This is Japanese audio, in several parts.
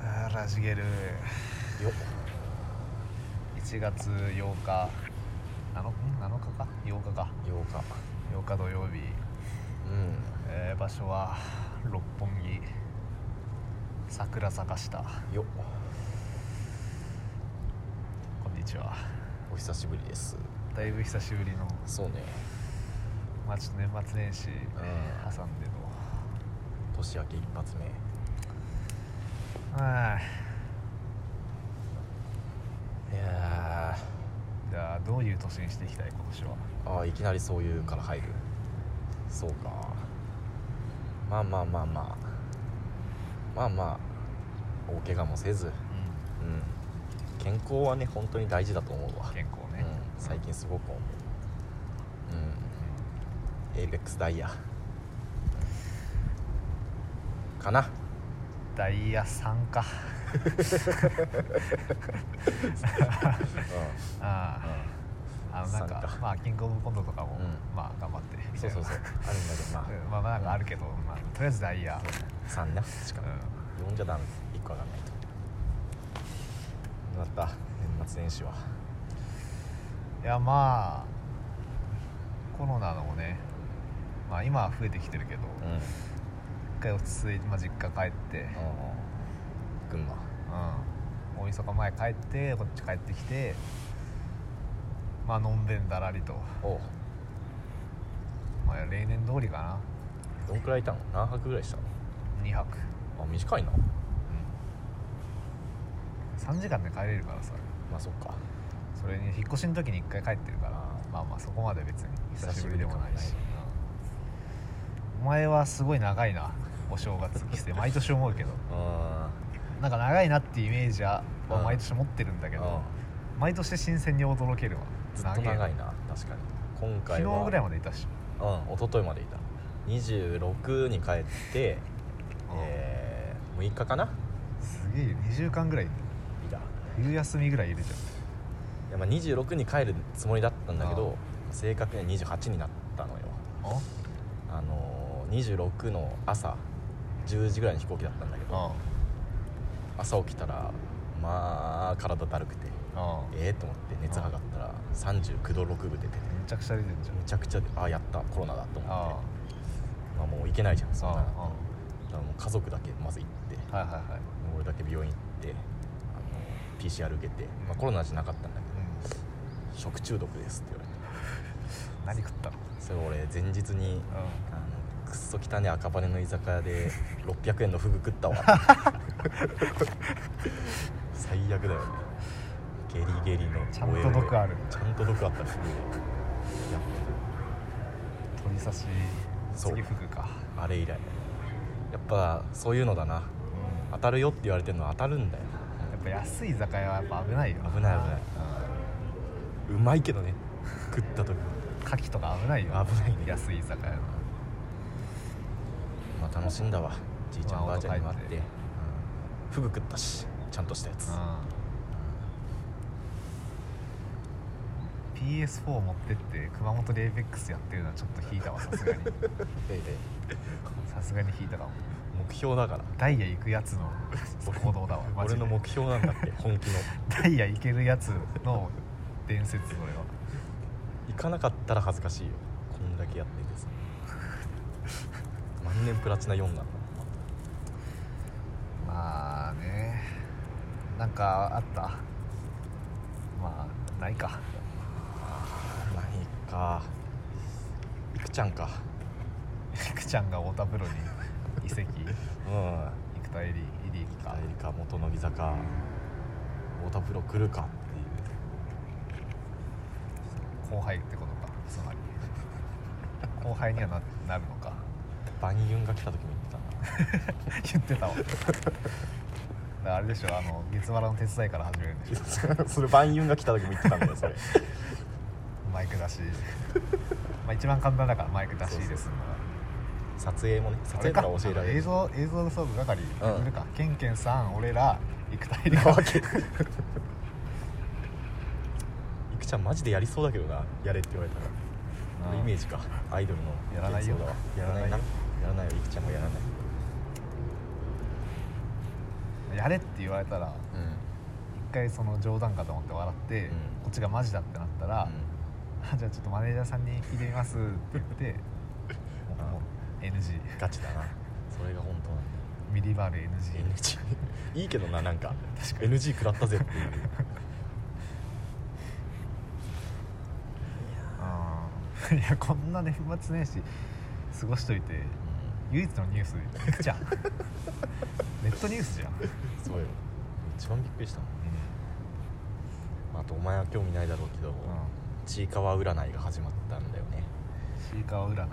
原茂よ1月8日7日7日か8日か8日8日土曜日、うんえー場所は六本木桜坂下よこんにちはお久しぶりですだいぶ久しぶりの、そうねまあ、ちょっと年末年始ん挟んでの、年明け一発目はいいやじゃあどういう年にしていきたい今年はーあーいきなりそういうから入るそうかまあまあまあまあまあまあ大怪我もせずうん健康はね本当に大事だと思うわ、健康うねん、、最近すごく思ううんエイベックスダイヤかなダイヤ3かうあん、あうんあのなんか参加まあキングオブコントとかも、うんまあ頑張ってみたそいうなそうそうあるんだけどまうんまあなんかあるけど、まあ、とりあえずダイヤあ3なしかも4じゃダメ1個上がんないとどうだった年末年始はうんいやまあコロナのもねまあ今は増えてきてるけど、うんうん一回落ち着いて、まあ、実家帰って群馬うん大晦日前帰ってこっち帰ってきてまあのんべんだらりと、おうまあ、例年通りかどんくらいいたの何泊ぐらいしたのな2泊、あ短いなうん、3時間で帰れるからさまあそっかそれに引っ越しの時に1回帰ってるからまあまあそこまで別に久しぶりでもない久ししぶうんお前はすごい長いなお正月帰省毎年思うけどうんなんか長いなってイメージはうん毎年持ってるんだけうんど毎年新鮮に驚けるわずっとえな長いな確かに昨今回は日ぐらいまでいたしうん一昨日までいた26に帰って、うんえー、6日かなすげえよ2週間ぐらいいるいた冬休みぐらいいるじいやまあ26に帰るつもりだったんだけあど正確には28になったのよゃんあのー、26の朝10時ぐらいに飛行機だったんだけどあ朝起きたらまあ体だるくてあええー、と思って熱測ったら39度6分出ててめちゃくちゃ出てんじゃんむちゃくちゃでああやったコロナだと思ってあまあ、もう行けないじゃんあそんあなあだからもう家族だけまず行ってあはいはいはい俺だけ病院行ってあの PCR 受けて、まあ、コロナじゃなかったんだけどう食中毒ですって言われてん何食ったのそれ俺前日にうあのくっそ汚ね赤羽の居酒屋で600円のフ グ食ったわ最悪だよねゲリゲリのちゃんと毒あるちゃんと毒あったフグやん鳥刺しそう次服かあれ以来やっぱそういうのだな当たるよって言われてるのは当たるんだよやっぱ安い居酒屋はやっぱ危ないよ危ない危ないうんうまいけどね食った時牡蠣とか危ないよ危ないね安い居酒屋のまあ楽しんだわじいちゃんまあばあちゃんにも会って音書いてフグ食ったしちゃんとしたやつ PS4 持ってって熊本で APEX やってるのはちょっと引いたわさす がにええさすがに引いたかも目標だからダイヤ行くやつの行動だわマジ俺での目標なん だって本気のダイヤ行けるやつの伝説それは行かなかったら恥ずかしいよこんだけやっててさ万年プラチナ4なのまあねなんかあったまあないかないかいくちゃんかいくちゃんが太田プロに移籍うん生田エリーエリーかアリか元乃木坂太田プロ来るかっていう後輩ってことかつまり後輩にはななるのかバニユンが来た時も言って言ってたわだからあれでしょあの月原の手伝いから始めるんでしょたな それバニユンが来た時も言ってたんだよそれマイク出しまあ一番簡単だからマイク出しですのが 撮影もね撮あ影れかから教えられ映る像映像の総係うんいるか、ケンケンさん俺ら行くたりなわけいくちゃんマジでやりそうだけどなやれって言われたらうんイメージかアイドルのやらないよ幻想だわやらないよやらないよいくちゃんもやらない野やれって言われたらうん一回その冗談かと思って笑って、うんこっちがマジだってなったら、あじゃあちょっとマネージャーさんに聞いてみますって言 ってもうもう NG うんガチだなそれが本当なんだミリバール NG NG いいけどななんか NG 食らったぜっていううんいやこんな年末年始過ごしといて唯一のニュースじゃん ネットニュースじゃん、うんそうよ一番びっくりしたもん、まあ、あとお前は興味ないだろうけど、ちいかわ占いが始まったんだよねシーカー占い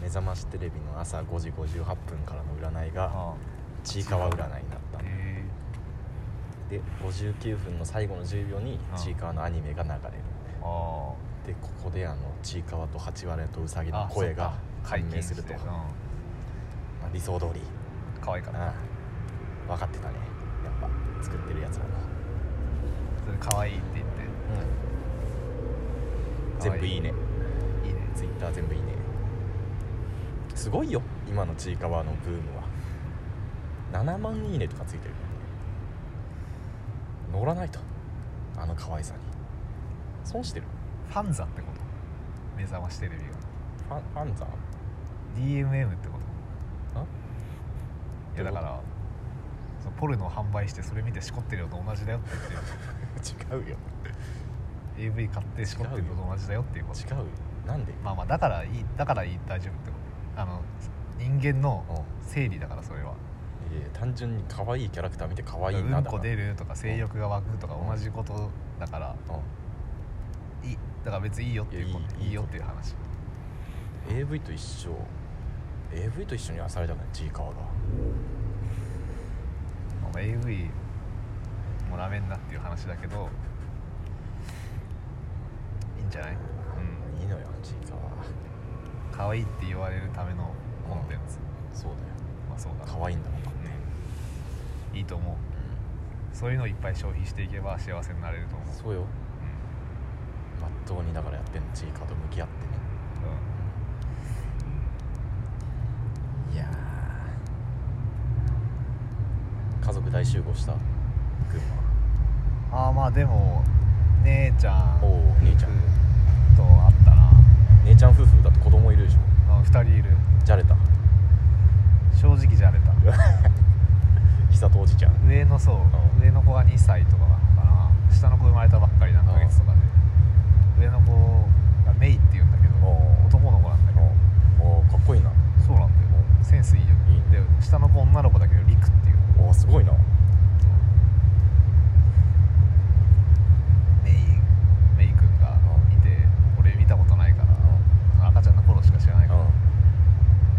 目覚ましテレビの朝5時58分からの占いがあちいかわ占いになったあんだへで59分の最後の10秒にうんちいかわのアニメが流れるえあでここであのちいかわと八割とうさぎあの声が解判明禁すると、してまあ理想通りうん、可愛いかなああ分かってたねやっぱ作ってるやつらも、それ可愛いって言って可愛全部いいねいいねツイッター全部いいねすごいよ今のちいかわのブームは7万いいねとかついてるからね乗らないとあの可愛さに損してるファンザってこと目覚ましテレビがファンファンザ DMM ってことあ いやだからそのポルノを販売してそれ見てしこってるのと同じだよって言ってる違うよ AV 買ってしこってるのと同じだよっていうこと違うよなんでまあまあだからいいだからいい大丈夫ってことあの人間うんの生理だからそれはえー単純に可愛いキャラクター見て可愛いなうんだこから出るとか性欲が湧くとか同じことだからういいだから別にいいよっていうこいとやいいいいよっていう話ん AV と一緒 AV と一緒にはされたくないちいかわがまあ AV もラメんなっていう話だけどいいんじゃないうんいいのよちいかわ可愛いって言われるためのコンテンツそうだよまあそうだな可愛いんだもんだって、いいと思うそういうのをいっぱい消費していけば幸せになれると思うそうよまっとうにだからやってんのちいかわと向き合ってねうんうんいやー家族大集合した群ああまあでも姉ちゃん馬おお兄ちゃんと会ったな姉ちゃん夫婦だって子供いるでしょあ2人いるじゃれた正直じゃれた久とおじちゃん上のそううん上の子が2歳とかなのかな下の子生まれたばっかり何ヶ月とかで上の子がメイっていうんだけどお男の子なんだけどおーかっこいいなそうなんだよセンスいいよいいねで下の子女の子だけどリクっていうおーすごいなメイメイ君がいて俺見たことないから赤ちゃんの頃しか知らないからう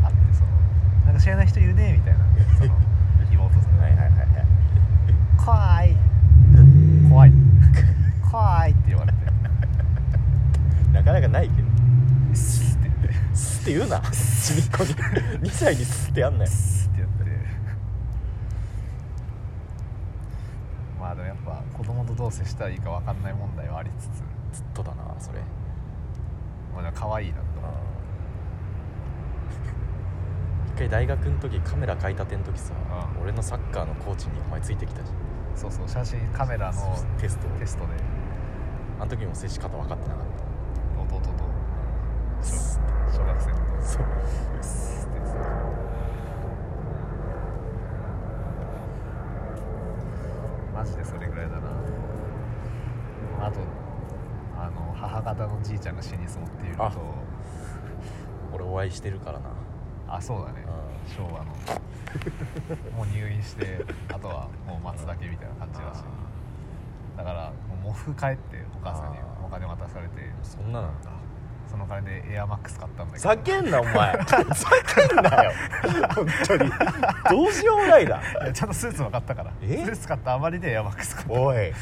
あってそのなんか知らない人いるねみた いなその妹さんんがはいはいはいはい「怖い怖い怖い」って言われ てなかなかないけど「スッ」って言って「す」って言うなちびっこに2歳に「す」ってやんな「よスッ」ってやって まあでもやっぱ子供とどう接したらいいか分かんない問題はありつつずっとだなそれまあでも可愛いなと思う一回大学の時カメラ買いたての時さうん俺のサッカーのコーチにお前ついてきたじゃそうそう写真カメラんのそうテストテストであの時も接し方分かってなかっ弟とた小小学生の頃そうスッてやってマジでそれぐらいだなあとあの母方のじいちゃんが死にそうっていうのと俺お会いしてるからなあそうだねう昭和のもう入院してあとはもう待つだけみたいな感じだしだからもう喪服帰ってお母さんにあーお金渡されてそんななんだその金でエアマックス買ったんだけどざけんなお前ざけんなよ本当にどうしようもないないやちゃんとスーツも買ったからスえーツ買ったあまりでエアマックス買ったおい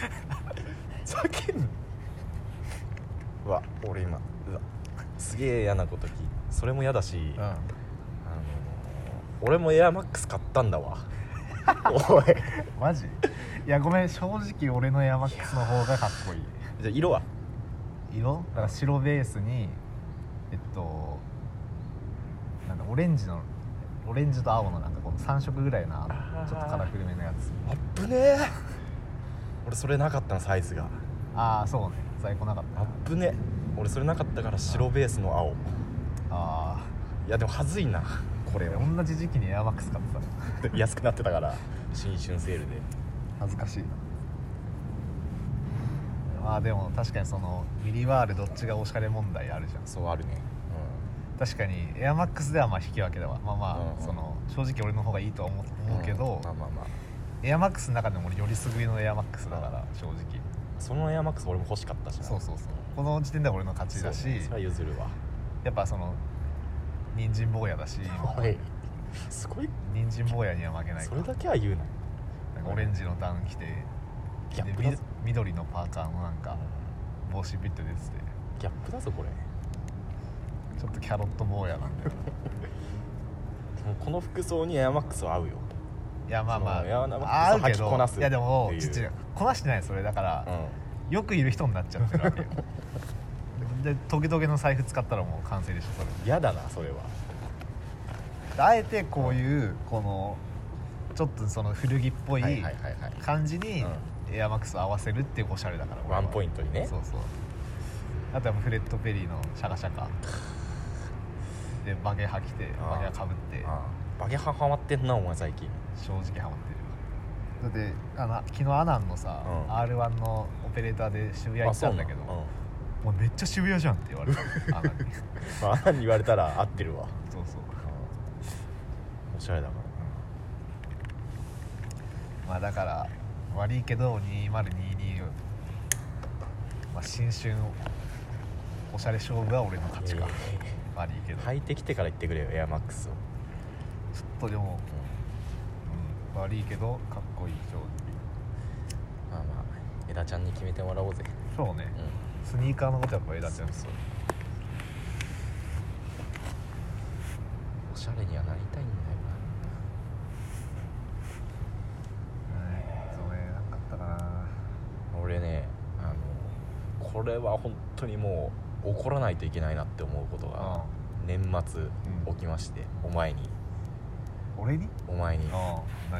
ざけんなうわ俺今うわすげえ嫌なこと聞いそれも嫌だし、うんあの俺もエアマックス買ったんだわおいマジいやごめん正直俺のエアマックスの方がかっこいいじゃあ色は色だから白ベースにえっとなんだオレンジのオレンジと青のなんかこの3色ぐらいなあーちょっとカラフルめのやつあっぶねえ俺それなかったのサイズがああそうね在庫なかっあたっぶね俺それなかったから白ベースの青あいやでもはずいなこれあを同じ時期にエアマックス買ってたの安くなってたから新春セールで恥ずかしいなまあでも確かにそのミリワールどっちがおしゃれ問題あるじゃんそうあるね確かにエアマックスではまあ引き分けだわまあまうんうあんその正直俺の方がいいとは思うん思うけど、まあまあまあエアマックスの中でも俺よりすぐりのエアマックスだから正直そのエアマックス俺も欲しかったしなそうそうそうこの時点では俺の勝ちだしそうねそれは譲るわやっぱその人参坊や だし今おいすごい人参坊やには負けないそかられだけは言うななんかオレンジのダウン着てギャでップだみぞ緑のパーカーのなんか帽子ビッて出ててギャップだぞこれちょっとキャロット坊や なんだよなもうこの服装にエアマックスは合うよいやまあまそうエアマックスあ合うけ履きこどなすいやでもっていうちょっと違うこなしてないそれだから、うよくいる人になっちゃってるわけよでトゲトゲの財布使ったらもう完成でしょそれん嫌だなそれはであえてこういうこのちょっとその古着っぽいはいはいはいはい感じにうエアマックスを合わせるっていうおしゃれだからワンポインントにねそうそうあとはもうフレッド・ペリーのシャカシャカでバゲハ着てああバゲハかぶってああバゲハハマってんなお前最近正直ハマってるだってあの昨日アナンのさ、うん r 1のオペレーターで渋谷行ったんだけどあそうなん「お前めっちゃ渋谷じゃん」って言われたアナンにうんまあアナに言われたら合ってるわそうそうおしゃれだかまあだから悪いけど2022を、まあ、新春おしゃれ勝負は俺の勝ちかいえい悪いけど、履いてきてから言ってくれよエアマックスを、ちょっとでも、うん、悪いけどかっこいい正まあまあ枝ちゃんに決めてもらおうぜ直そうねうんスニーカーのことやっぱ枝ちゃんそうおしゃれにはなりたいんだよはいそうねなんかあったかなな俺ねあのこれは本当にもう怒らないといけないなって思うことが年末起きまして、お前に俺にお前にああ何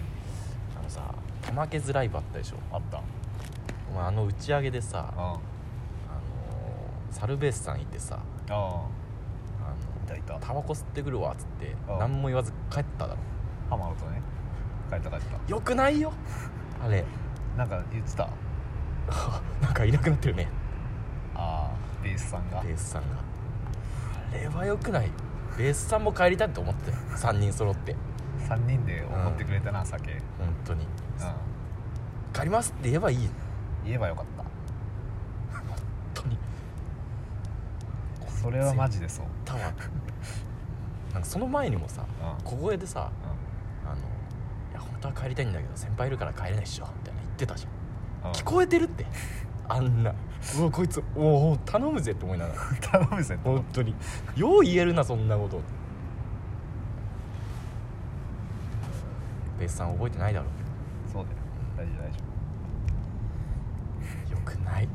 あのさ玉削ライブあったでしょあったお前あの打ち上げでさあのあサルベースさんいてさあああいたいたのタバコ吸ってくるわっつってうん何も言わず帰っただろあハマるとね帰った帰ったよくないよ あれなんか言ってたなんかいなくなってるねああベースさんがベースさんがあれはよくないよベースさんも帰りたいと思ってたよ3人揃って3人で怒ってくれたな、酒、うん、本当に帰りますって言えばいい言えばよかった本当にそれはマジでそう、たわなんかその前にもさうん小声でさうあのいや本当は帰りたいんだけど先輩いるから帰れないっしょみたいな言ってたじゃんんうん、聞こえてるってあんなうわこいつおお頼むぜって思いながら 頼むぜ本当によう言えるなそんなことベースさん覚えてないだろそうだよ大丈夫大丈よくない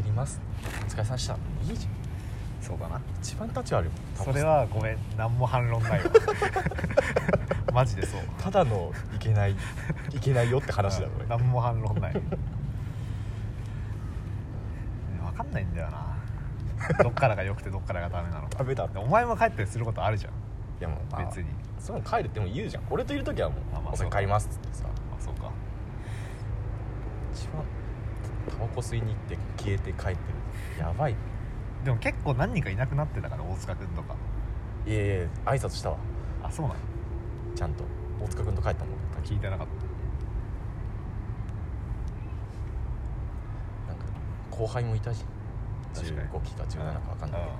帰りますお疲れさんでしたいいじゃん夫そうだな一番立ち悪いもんそれはごめん何も反論ない わマジでそうただのいけ ないいけないよって話だうろん俺何も反論ない ねわかんないんだよなどっからが良くてどっからがダメなの か食べたってでお前も帰ったりすることあるじゃんいやもうまあ別にその帰るっても言うじゃん俺といる時はもうまあまあお酒帰ります」っつってさあそうか一番タバコ吸いに行って消えて帰ってるやばいでも結構何人かいなくなってたから大塚君とかいやいや挨拶したわあそうなのちゃんと大塚君と帰ったもん聞いてなかったなんか後輩もいたし確かに15期か17か分かんないけど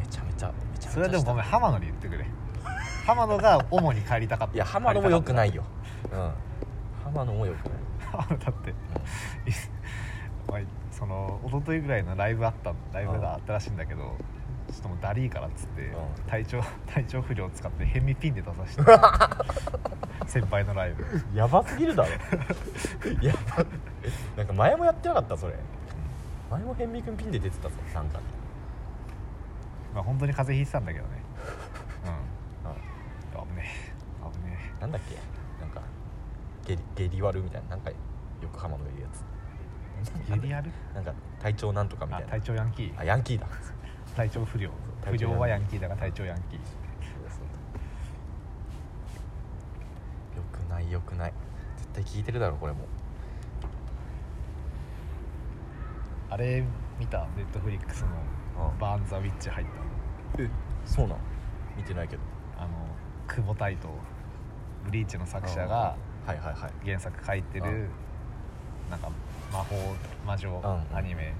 めちゃめちゃめちゃめちゃそれはでもごめんした浜野に言ってくれ 浜野が主に帰りたかったいや浜野も良くないいようん浜野も良くない浜野だってお前その一昨日ぐらいのライブあったライブがあったらしいんだけどちょっともうダリーからっつってうん体調 体調不良を使ってヘミピンで出させて 先輩のライブやばすぎるだろやばなんか前もやってなかったそれ前もヘンミ君ピンで出てたぞなんかまあ本当に風邪ひいてたんだけどねうんあやばなんだっけなんかゲリゲリ割るみたいななんか横浜のいるやつゲリアルなんか体調なんとかみたあいな体調ヤンキーあヤンキーだ体調不良体不調良はヤンキーだが体調ヤンキーよくないよくない絶対聞いてるだろこれもあれ見たネットフリックスのうんバーン・ザ・ウィッチ入っえそうなん見てないけどたあの久保太とブリーチの作者がはいはいはい原作書いてうんるなんか魔法魔女うんアニメ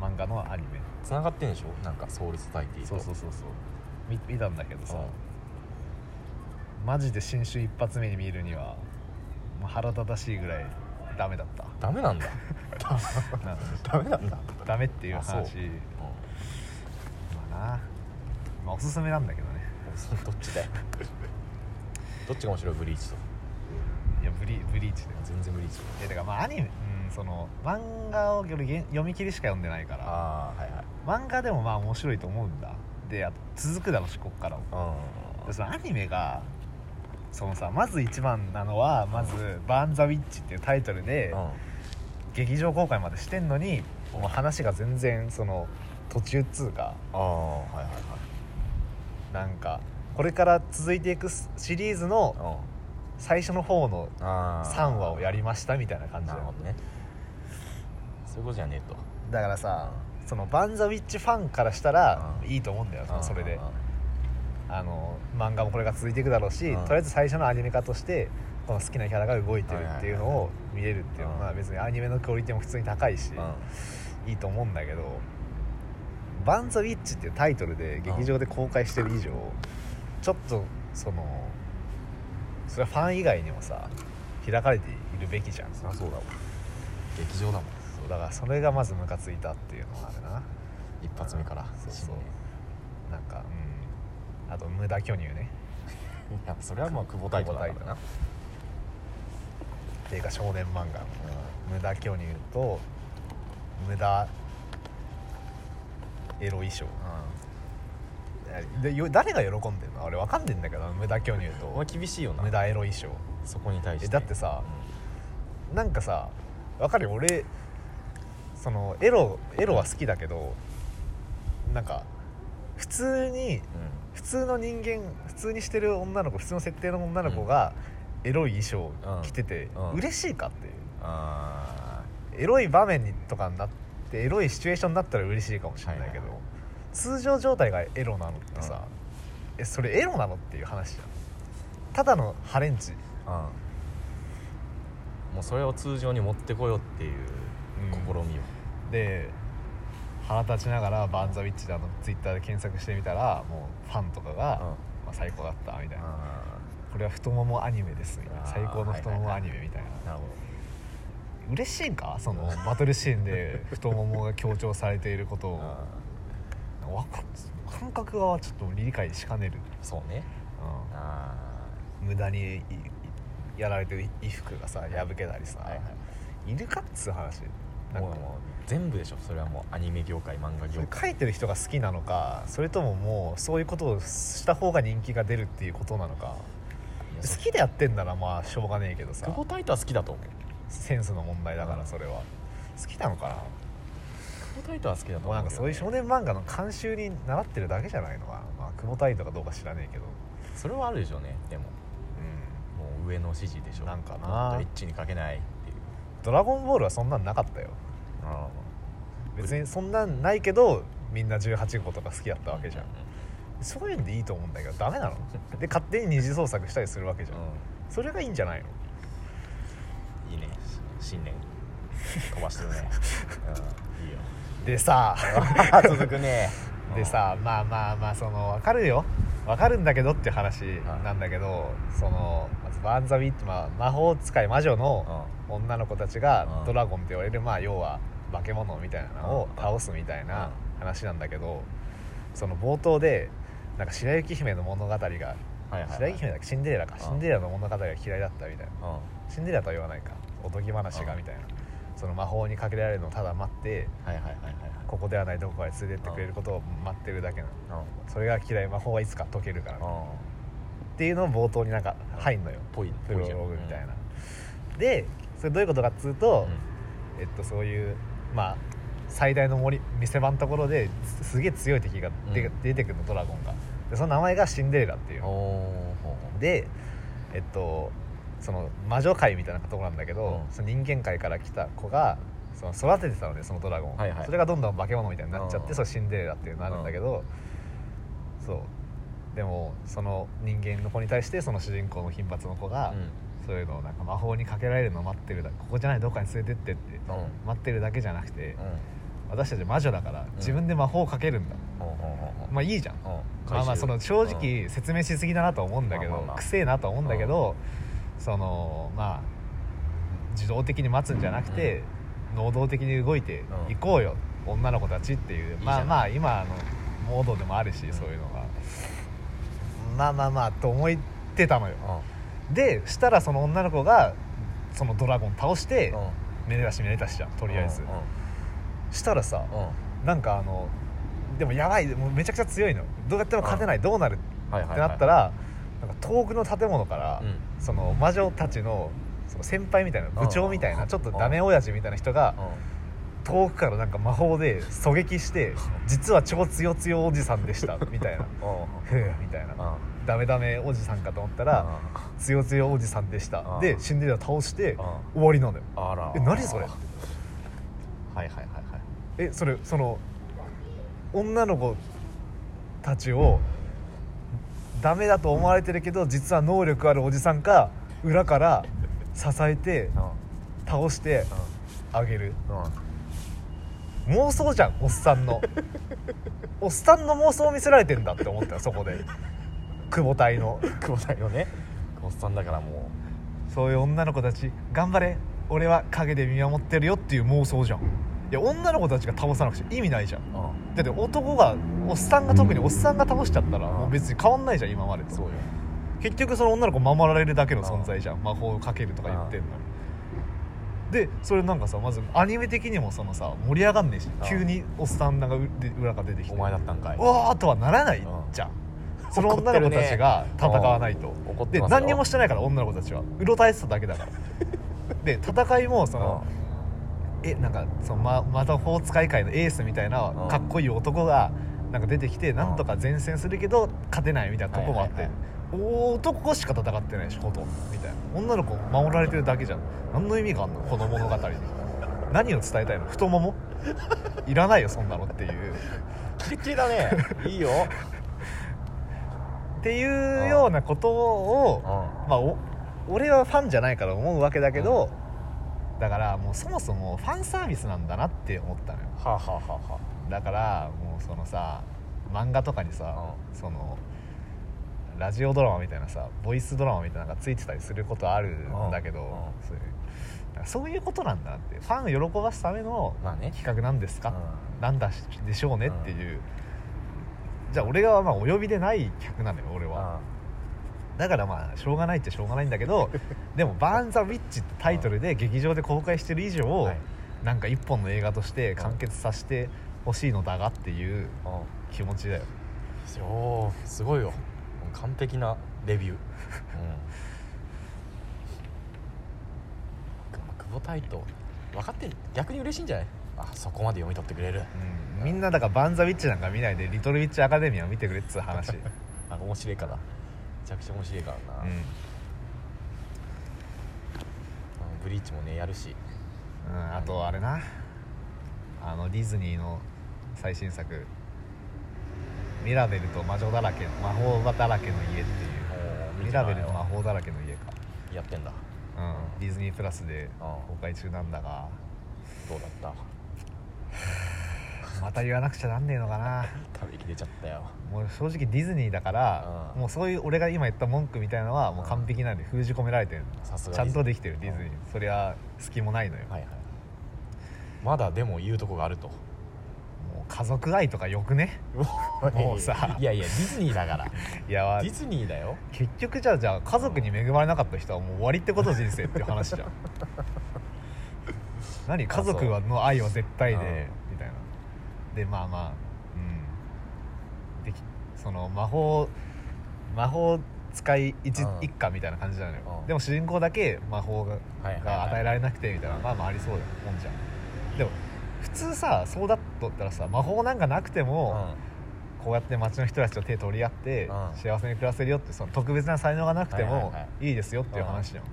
漫画のアニメ繋がってんでしょなんかソウルソサイティとそうそうそうそう見見たんだけどさうんマジで新種一発目に見るにはもう腹立たしいぐらいダメだ ったダメなんだなんかダメなんだ ダメっていうあそう話まあなまあおすすめなんだけどねうんどっ ちだよどっちが面白いブリーチといやブリブリーチで全然ブリーチいやだからまあアニメ、うん、その漫画を俺げん読み切りしか読んでないからああはいはい漫画でもまあ面白いと思うんだであと続くだろうしこっからもうんでそのアニメがそのさまず一番なのはまず「バーン・ザ・ウィッチ」っていうタイトルでうん劇場公開までしてんのにもう話が全然その途中っつうかああはいはいなんかこれから続いていくスシリーズのはい最初の方のうんあ3話をやりましたみたいな感じなだるほどねそういうことじゃねえとだからさそのバンザウィッチファンからしたらうんいいと思うんだよそれでうんうんうんあの漫画もこれが続いていくだろうしうんとりあえず最初のアニメ化としてこの好きなキャラが動いてるっていうのはいはいを見れるっていうのはうん別にアニメのクオリティも普通に高いしうんいいと思うんだけど「バンザウィッチ」っていうタイトルで劇場で公開してる以上ちょっとそのそれはファン以外にもさ開かれているべきじゃんそりゃそうだわ劇場だもんそうだからそれがまずムカついたっていうのはあるな一発目からそう新そうな年んかうんあと無駄巨乳ねいやそれはまあ久保大斗だからなっていうか少年漫画の無駄巨乳と無駄エロ衣装でよ誰が喜んでんのあれわかんねえんだけど無駄巨乳お前と厳しいよな無駄エロ衣装そこに対してえだってさなんかさわかるよ俺そのエロエロは好きだけどなんか普通にうんうん普通の人間普通にしてる女の子普通の設定の女の子がエロい衣装着ててうんうん嬉しいかっていうあエロい場面にとかになってエロいシチュエーションになったら嬉しいかもしれないけど、はいはい通常状態がエロなのってさ、えそれエロなのっていう話じゃんただのハレンチーうんもうそれを通常に持ってこようっていううん試みをで腹立ちながらバンザウィッチであのツイッターで検索してみたらもうファンとかが、うんまあ、最高だったみたいな、あこれは太ももアニメですみたいなあー最高の太ももアニメみたいな、ーなるほ嬉しいんかそのバトルシーンで太ももが強調されていることどをあわか感覚はちょっと理解しかねる、ーそうねあうん、無駄にいいやられてる衣服がさ破けたりさ、はいいはいるかっつう話あなんもかうもう全部でしょそれはもうアニメ業界漫画そ業れ界書いてる人が好きなのかそれとももうそういうことをした方が人気が出るっていうことなのかいや好そきでやってんならまあしょうがねえけどさ久保大斗は好きだと思うセンスの問題だからそれは好きなのかな久保大斗は好きだもうと思うなんかけどねそういう少年漫画の監修に習ってるだけじゃないのかな、まあ、久保太とかどうか知らねえけどそれはあるでしょうねでもうんもう上の指示でしょなんかなもっとエッチにかけないっていう「ドラゴンボール」はそんなんなかったよあ別にそんなんないけどみんな18号とか好きだったわけじゃんうそういうのでいいと思うんだけどダメなので勝手に二次創作したりするわけじゃん、んそれがいいんじゃないのいいね新年飛ば してるねうんいいよでさ続くねでさまあまあまあその分かるよ分かるんだけどって話なんだけど、そのまずバーン・ザ・ウィッチ、まあ、魔法使い魔女の、女の子たちがうんドラゴンって言われる、まあ要は化け物みたいなのをうん倒すみたいな話なんだけどその冒頭でなんか白雪姫の物語がはいはいはい白雪姫だっけシンデレラかうんシンデレラの物語が嫌いだったみたいなうんはシンデレラとは言わないかおとぎ話がうんみたいなその魔法にかけられるのをただ待っていはいはいはいはいここではないどこかへ連れてってくれることを待ってるだけなのうんそれが嫌い魔法はいつか解けるからうんっていうのも冒頭になんか入んのよぽいプロローグみたいな、でそれどういうことかっつううと、んえっとそういうまあ最大の森見せ場のところですすげえ強い敵が出,、うん出てくるのドラゴンがでその名前がシンデレラっていうのおーでえっとその魔女界みたいなところなんだけど、うんその人間界から来た子がその育ててたのでそのドラゴン、はいはいそれがどんどん化け物みたいになっちゃって、うんそのシンデレラっていうのがあるんだけど、そうでもその人間の子に対してその主人公の金髪の子が、そういうのをなんか魔法にかけられるのを待ってるだここじゃないどっかに連れてってって、うん待ってるだけじゃなくて、うんうん私たち魔女だからん自分で魔法をかけるんだ、ほうほうほうほうまあいいじゃん、うんまあまあ回収その正直説明しすぎだなとは思うんだけまあまあどまあくせえなとは思うんだけどそのまあ自動的に待つんじゃなくて能動的に動いてうん行こうよ女の子たちっていういじゃまなあいまあ今のモードでもあるしんそういうのがまあまあまあと思ってたのようでしたらその女の子がそのドラゴン倒してんうんめでたしめでたしじゃんとりあえずうんうんしたらさうんなんかあのでもやばいもうめちゃくちゃ強いのどうやっても勝てないどうなるはいはいっはていなったらなんか遠くの建物から、うんその魔女たちのその先輩みたいな部長みたいな、うんちょっとダメ親父みたいな人が、う遠くからなんか魔法で狙撃 して「実は超強強おじさんでした」みたいなんうん「ふうみたいなうん「ダメダメおじさんかと思ったら「強強おじさんでした」うんでシンデレラ倒してうん終わりなのよあらえ何それはいはいはいはいえそれその女の子たちをダメだと思われてるけど実は能力あるおじさんか裏から支えて倒してあげるうんうん妄想じゃんおっさんのおっさんの妄想を見せられてんだって思ったよそこで久保隊の久保さんよねおっさんだからもそういう女の子たち頑張れ俺は陰で見守ってるよっていう妄想じゃんいや女の子たちが倒さなくちゃ意味ないじゃんううんだって男がおっさんが特におっさんが倒しちゃったらうんもう別に変わんないじゃん今までそうとよ結局その女の子守られるだけの存在じゃん魔法をかけるとか言ってんのにでそれなんかさまずアニメ的にもそのさ盛り上がんねえしん急におっさんがうで裏から出てきてお前だったんかいうわーとはならないうんじゃんその女の子たちが戦わないと、怒ってでますよ何にもしてないから女の子たちはうろたえてただけだから で戦いもその、えなんかそのままた法使い界のエースみたいなうんかっこいい男がなんか出てきてなんとか前線するけど勝てないみたいなとこもあって、はいお男しか戦ってないしほとんどみたいな女の子守られてるだけじゃん何の意味があんのこの物語に何を伝えたいの太ももいらないよそんなのっていうキレッキレだね いいよっていうようなことをうまあお俺はファンじゃないから思うわけだけど、だからもうそもそもファンサービスなんだなって思ったのよはあはあはだからもうそのさ漫画とかにあさは、そのラジオドラマみたいなさボイスドラマみたいなのがついてたりすることあるんだけど、うんうんそういうなんかそういうことなんだなってファンを喜ばすためのまあね企画なんですか、うなんだしでしょうねっていう、じゃあ俺がまあお呼びでない客なのよ俺んは、だからまあしょうがないっちゃしょうがないんだけ どでも「バーン・ザ・ウィッチ」ってタイトルで劇場で公開してる以上、うんはいなんか一本の映画として完結させてほしいのだがっていううん気持ちだよ非常すごいよもう完璧なレ ビュー、うん、久保タイト分かってる逆に嬉しいんじゃないあそこまで読み取ってくれるうんみんなだから「バンザ・ウィッチ」なんか見ないで「リトル・ウィッチ・アカデミア」を見てくれっつう話、 うん、あ面白いからめちゃくちゃ面白いからな、うんブリーチもねやるしうんあとあれなあのディズニーの最新作「ミラベルと魔女だらけ魔法だらけの家」ってもいううミラベルと魔法だらけの家か、やってんだうん、ディズニープラスで公開中なんだがどうだったまた言わなくちゃなんねえのかなため息出ちゃったよもう正直ディズニーだからうんもうそういう俺が今言った文句みたいなのはもう完璧なんで封じ込められてるさすがちゃんとでききてるディズニーそりゃ隙もないのよはいはいまだでも言うとこがあ るともう家族愛とかよくねもうさいやいやディズニーだか らいやディズニーだよ結局じゃあじゃあ家族に恵まれなかった人はもう終わりってこと人生っていう話じ ゃん何家族はの愛は絶対でみたいなでまあまあうんできその魔法魔法使い一,、うん一家みたいな感じなのよ、うんでも主人公だけ魔法がはいはいがはい与えられなくてみたいなまあまあありそうだもんじゃんでも普通さそうだったらさ魔法なんかなくても、こうやって街の人たちと手取り合って、うん幸せに暮らせるよってその特別な才能がなくてはいはもいはいいいですよっていう話じゃん、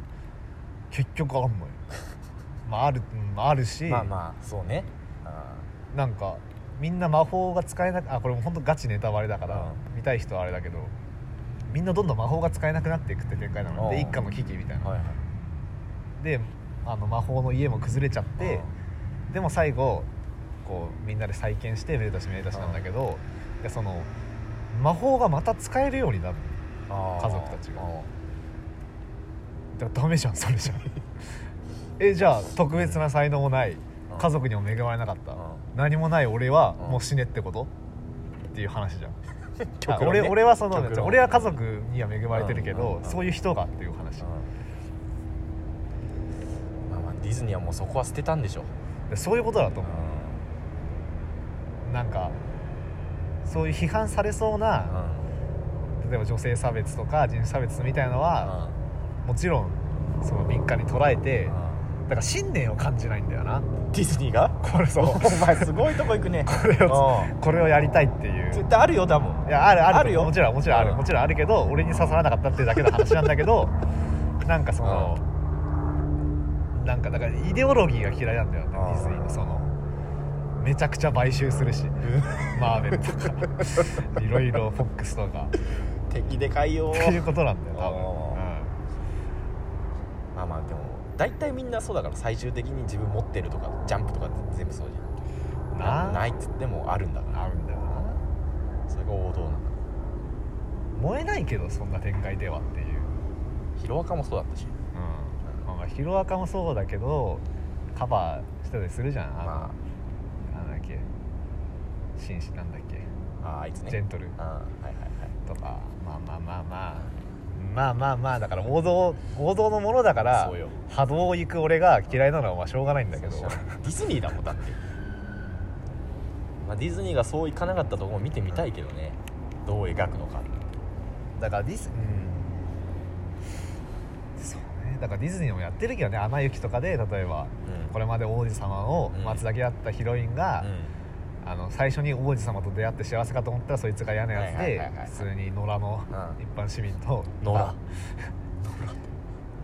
結局あんのよまああるうんあるし、うんまあまあそうねあなんかみんな魔法が使えなくあこれもう本当ガチネタバレだから、見たい人はあれだけどみんなどんどん魔法が使えなくなっていくって展開なのうでん一家の危機みたいな、はいはいであの魔法の家も崩れちゃって、でも最後こうみんなで再建してめでたしめでたしなんだけど、いやその魔法がまた使えるようになる家家族たちがだからダメじゃんそれじゃんえじゃあ特別な才能もない家族にも恵まれなかった、何もない俺はうんもう死ねってこと、っていう話じゃん 極あ論ね俺俺はその極論俺は家族には恵まれてるけうんうんどうんそういう人がっていう話まあまあディズニーはもうそこは捨てたんでしょでそういうことだとう思うなんかそういう批判されそうな例えば女性差別とか人種差別みたいのはもちろんその敏感に捉えてだから信念を感じないんだよなディズニーがこれそうお前すごいとこ行くね これをこれをやりたいっていう絶対あるよ多分いやあるあるあるよもちろんもちろんあるうんもちろんあるけど俺に刺さらなかったっていうだけの話なんだけどなんかそのなんかだからイデオロギーが嫌いなんだよねデうんィズニーのそのめちゃくちゃ買収するしマーベルとか いろいろフォックスとか敵でかいよって いうことなんだよ多うまあまあでも大体みんなそうだから最終的に自分持ってるとかジャンプとかって全部そうじ分、うゃん、んなないっつってもあるんだからあるんだよなそれが王道なんだ燃えないけどそんな展開ではっていう、ヒロアカもそうだったしうんまあ、ヒロアカもそうだけどカバーしてたりするじゃんあの、まなんだっけ紳士なんだっけあああいつねジェントルうんはいはいはいとかまあまあまあまあまあまあまあだから王道王道のものだからそうよ波動を行く俺が嫌いなのはまあしょうがないんだけどそうそうディズニーだもんだって、まあ、ディズニーがそういかなかったとこも見てみたいけどねどう描くのかだからディズうんそうねだからディズニーもやってるけどね「アナ雪」とかで例えばうんこれまで王子様を待つだけだったヒロインが、あの最初に王子様と出会って幸せかと思ったらそいつが嫌なやつはいはいではいはい普通に野良のうん一般市民と野良あ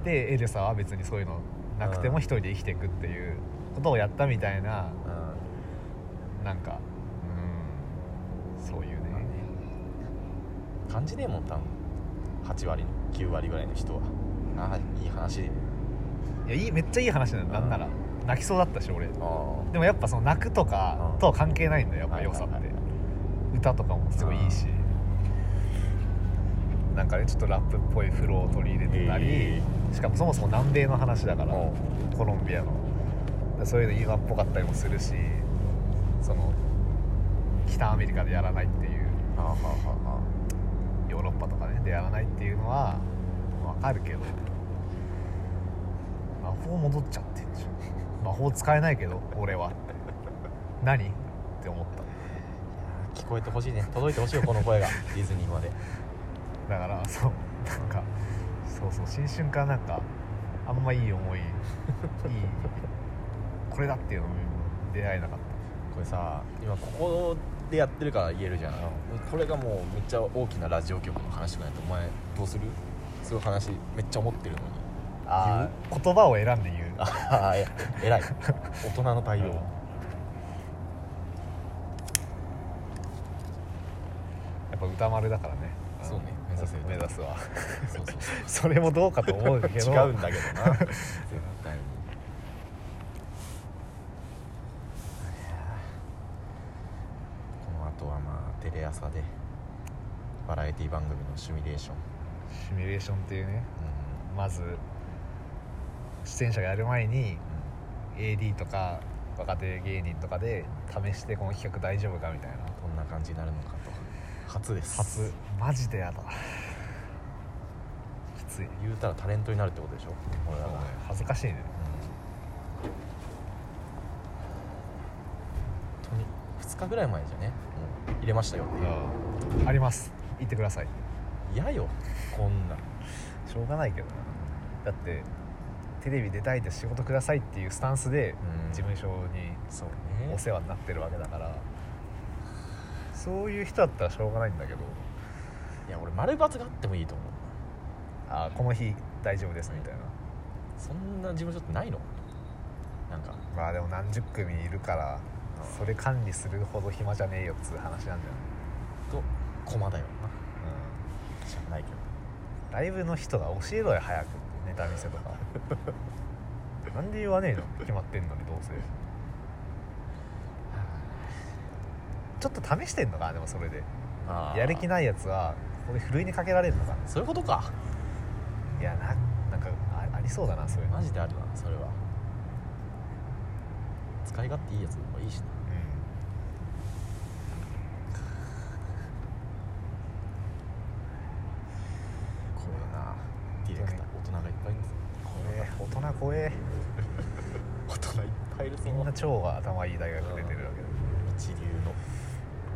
でエルサは別にそういうのなくても一人で生きていくっていうことをやったみたいなうん、なんかうんそういうね感じねえもん多分8割の9割ぐらいの人はああいいい話やいいめっちゃいい話なのなんなら泣きそうだったし俺ああでもやっぱその泣くとかうんとは関係ないんだよやっぱ良さっはいはいてはい歌とかもすごいいいしなんかねちょっとラップっぽいフローを取り入れてたりえしかもそもそも南米の話だからうんコロンビアのそういうの今っぽかったりもするしその北アメリカでやらないっていうああはあはヨーロッパとかねでやらないっていうのはわかるけど魔法戻っちゃってんじゃん魔法使えないけど俺は何って思ったあいやー聞こえてほしいね届いてほしいよこの声が ディズニーまでだからそうなんかそうそう新春からなんかあんまいい思いいいこれだっていうのに出会えなかっこれさ今ここでやってるから言えるじゃん、これがもうめっちゃ大きなラジオ局の話とかやとお前どうするそういう話めっちゃ思ってるのにたあー言葉を選んで言うああいや偉い 大人の対応やっぱ歌丸だからねそうね目指せ目指すわそうそうそれもどうかと思うけそどう 違うんだけど な絶対にこの後はまあテレ朝でバラエティ番組のシミュレーション、シミュレーションっていうねうまず出演者がやる前にんうん AD とか若手芸人とかで試してこの企画大丈夫かみたいなどんな感じになるのかと初です初マジでやだ きつい言うたらタレントになるってことでしょ俺らが、恥ずかしいねうん本当に2日ぐらい前じゃねもう入れましたよっていうあります行ってくださいい嫌よこんなんしょうがないけどなだってテレビ出たいで仕事くださいっていうスタンスでうん事務所にそうねお世話になってるわけだからそういう人だったらしょうがないんだけどいや俺丸抜があってもいいと思うあこの日大丈夫ですみたいなそんな事務所ってないのなんかまあでも何十組いるからそれ管理するほど暇じゃねえよっつう話なんじゃないと駒だよな知らないけどうんライブの人が教えろよ早くネタ見せとか なんで言わねえの決まってんのにどうせちょっと試してんのかでもそれであーやる気ないやつはここでふるいにかけられるのかそういうことかいやななんかあありそうだなそういうの、うマん、ジであるなそれは使い勝手いいやつの方がいいしなこういうなディレクター大人がいっぱいいるんですよ怖え大人怖え大人いっぱいいるぞみんな超が頭いい大学出てるわけだ一流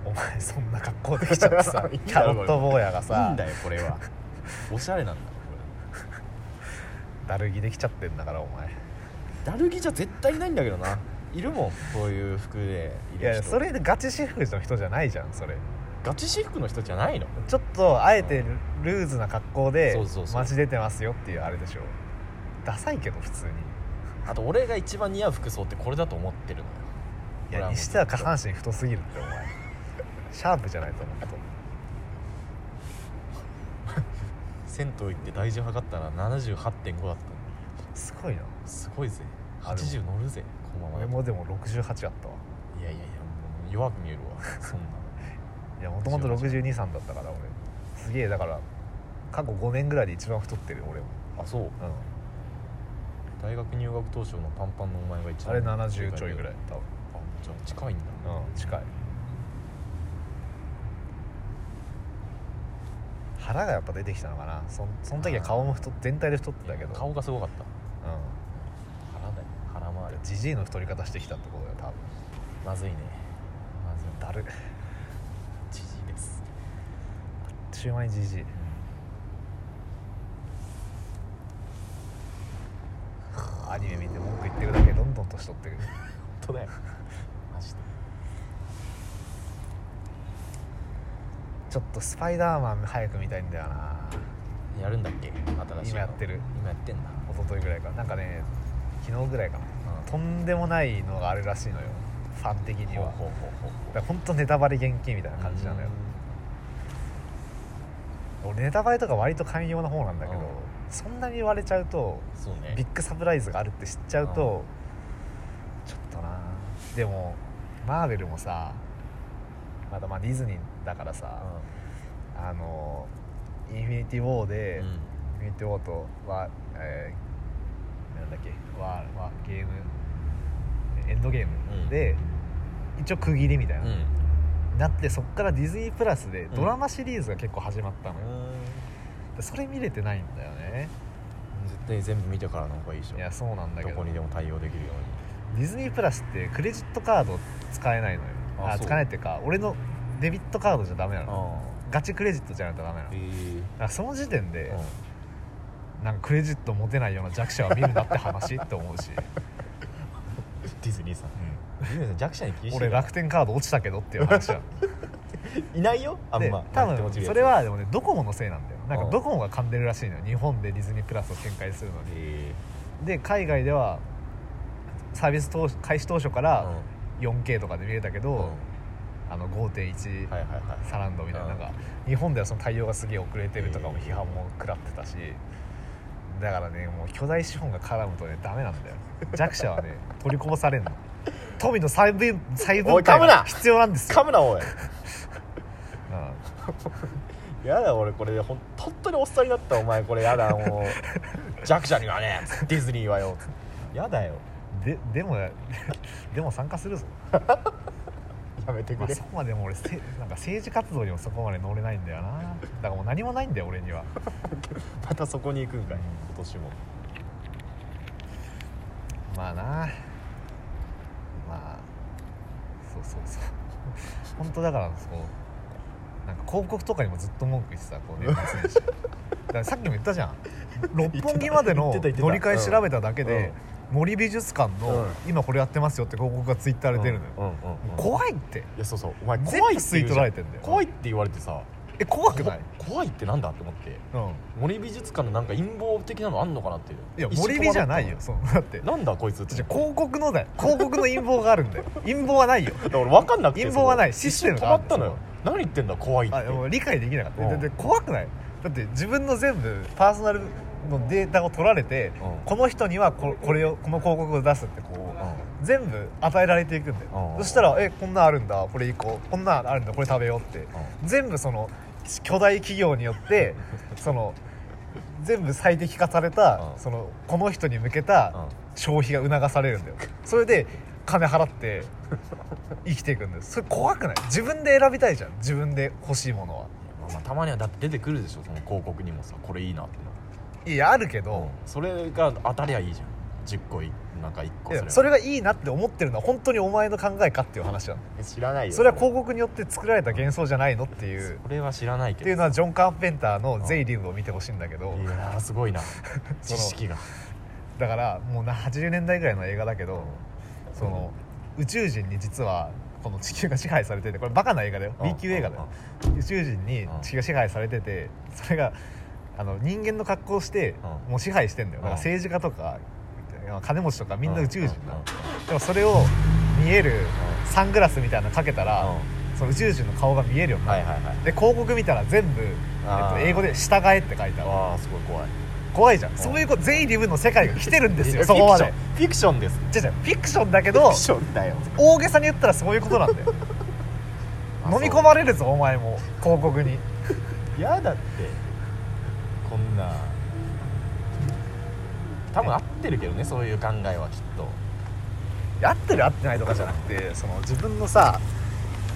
お前そんな格好できちゃってさ いいんだキよャロット坊やがのいいさんだよこれはおしゃれなんだよこだるぎできちゃってんだからお前れだるぎじゃ絶対いないんだけどないるもんこういう服でいいる人やそれでガチ私服の人じゃないじゃんそれガチ私服の人じゃないのちょっとあえてルーズな格好でそうそうそう街出てますよっていうあれでしょダサいけど普通にあと俺が一番似合う服装ってこれだと思ってるのよい俺やはもうにしては下半身太すぎるってお前シャープじゃないと思うと銭湯行って体重測ったら78.5だったのすごいなすごいぜあでも80乗るぜこのまま俺もでも68あったわいやいやいやもう弱く見える わそんないやもともと623だったから俺すげえだから過去5年ぐらいで一番太ってる俺もあそうう大学入学当初のパンパンのお前が一んあ番れ70ちょいぐらい多分あじゃあ近いんだうん近い腹がやっぱ出てきたのかなそんその時は顔も太っ全体で太ってたけど顔がすごかったう腹だよ腹回りんじじいの太り方してきたってことだよ多分まずいねまずいだるじじいですシュウマイじじいアニメ見て文句言ってるだけでどんどん年取ってくる本当だよマジでちょっとスパイダーマン早く見たいんだよなやるんだっけ新しいの今やってる今やってんだ一昨日ぐらいからなんかね昨日ぐらいかな、とんでもないのがあるらしいのよファン的にはほうほうほうほうだからほんとネタバレ厳禁みたいな感じなのよ俺ネタバレとか割と寛容な方なんだけどうんそんなに言われちゃうとそうねビッグサプライズがあるって知っちゃうとちょっとなでもマーベルもさまだまあディズニーだからさ、あのインフィニティ・ウォーうで、イんンフィニティ・ウォーとは、えーなんだっけははゲームエンドゲームで、一応区切りみたいな、うんなってそっからディズニープラスでんドラマシリーズが結構始まったのよ、うんでそれ見れてないんだよね絶対全部見てからの方がいいでしょいやそうなんだどけこどにでも対応できるよディズニープラスってクレジットカード使えないのよああそう使えないっていうか俺のデビットカードじゃダメなうにのあガチクレジットじゃないとダメなのえだからその時点えでなんかクレジット持てないような弱者は見るなって話って思う し、ディズニーさんディズニーさん弱者に厳しい俺楽天カード落ちたけどっていう話はいないよあんでま多楽天落ち分るやそつれはでもねドコモのせいなんだよなんうんかドコモが噛んでるらしいのよ日本でディズニープラスを展開するのにえで海外ではサービス当初開始当初かえら 4K とかで見れたけうんどは、あの5.1いはいはいサランドみたいななんか日本ではその対応がすげえ遅れてるとかも批判も食らってたしだからねもう巨大資本が絡むとねダメなんだよ弱者 はね取りこぼされんの富の細分細お分い噛化むなが必要なんですよ、噛むなおいうんやだ俺これほん本当におっさんになったお前これやだもう 弱者にはねディズニーはよやだよででも でも参加するぞ、やめてまあ、そこまでもう俺せなんか政治活動にもそこまで乗れないんだよなだからもう何もないんだよ俺にはまたそこに行くんかい今年もまあなまあそうそうそう本当だからそうなんか広告とかにもずっと文句言ってたこ う年末年始だからさっきも言ったじゃん六本木までの言ってた言ってた乗り換え調べただけで、森美術館の、うん今これやってますよって広告がツイッターで出るのよ、うんうんうんうん怖いっていやそうそうお前全部怖いって吸言うじゃい取られてんだよ怖いって言われてさえ怖くない、こ怖いってなんだって思ってうん、森美術館のなんか陰謀的なのあんのかなっていういや一瞬森美じゃないよ戸惑そっのだってたなんだこいつってじゃあ広告のだよ広告の陰謀があるんだよ陰謀はないよだから俺分かんなくて陰謀はないそのシステム一瞬があ止まるったのよ何言ってんだ怖いってあでも理解できなかった、うんだって怖くないだって自分の全部パーソナルのデータを取られて、うんこの人にはここれをこの広告を出すってこう、全部与えられていくんだよ、うんそしたら「えこんなんあるんだこれ行こうこんなんあるんだこれ食べよう」って、全部その巨大企業によって その全部最適化された、うんそのこの人に向けた、消費が促されるんだよそれで金払って生きていくんですそれ怖くない自分で選びたいじゃん自分で欲しいものはうんまあたまにはだって出てくるでしょその広告にもさこれいいなっていやあるけのど、それが当たりゃいいじゃん10個いなんか1個いやれそれがいいなって思ってるのは本当にお前の考えかっていう話なの知らないよそれは広告によって作られた幻想じゃないのっていうこれは知らないっけていうどのはジョン・カーペンターの「ゼイリウム」を見てほしいんだけどいやーすごいな知 その識がだからもうな80年代ぐらいの映画だけどその宇宙人に実はこの地球が支配されててこれバカな映画だよ B 級映画だよ宇宙人に地球が支配されててそれがあの人間の格好をしてうんもう支配してんだよだからうん政治家とか金持ちとかみんな宇宙人だだでもそれを見えるサングラスみたいなのかけたらその宇宙人の顔が見えるようになはいはいるはいで広告見たら全部、えっあと、ー英語で「従え」って書いてあるわあすごい怖い怖いじゃんんそういうこと全員リブの世界が来てるんですよえそこまでフィクションフィクションで違すう違うフィクションだけフどィクションだよ大げさに言ったらそういうことなんだよ飲み込まれるぞお前も広告に嫌だってこんな多分合ってるけどねそういう考えはきっと合ってる合ってないとかじゃなくてその自分のさ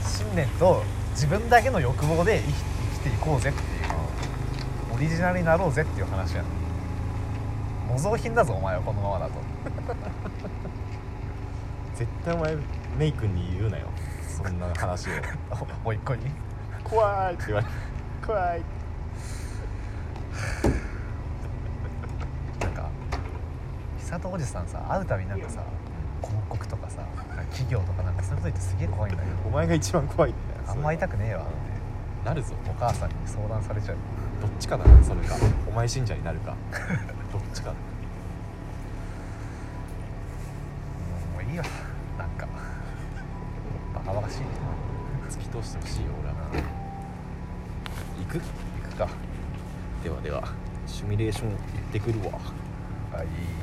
信念と自分だけの欲望で生き生きていこうぜっていうオリジナルになろうぜっていう話やん模造品だぞお前はこのままだと絶対お前メイ君に言うなよそんな話をおおいっ子に 怖いって言われる怖いなんか久戸おじさんさ会うたびなんかさ広告とかさなんか企業とかなんかそういうこと言ってすげえ怖いんだけどお前が一番怖いんだよあんま会いいたくねえわってなるぞお母さんに相談されちゃうどっちかだなそれかお前信者になる かどっちかもういいよなんかバカバカしいね突き通してほしいよ俺は行く行くかではではシミュレーション行ってくるわはい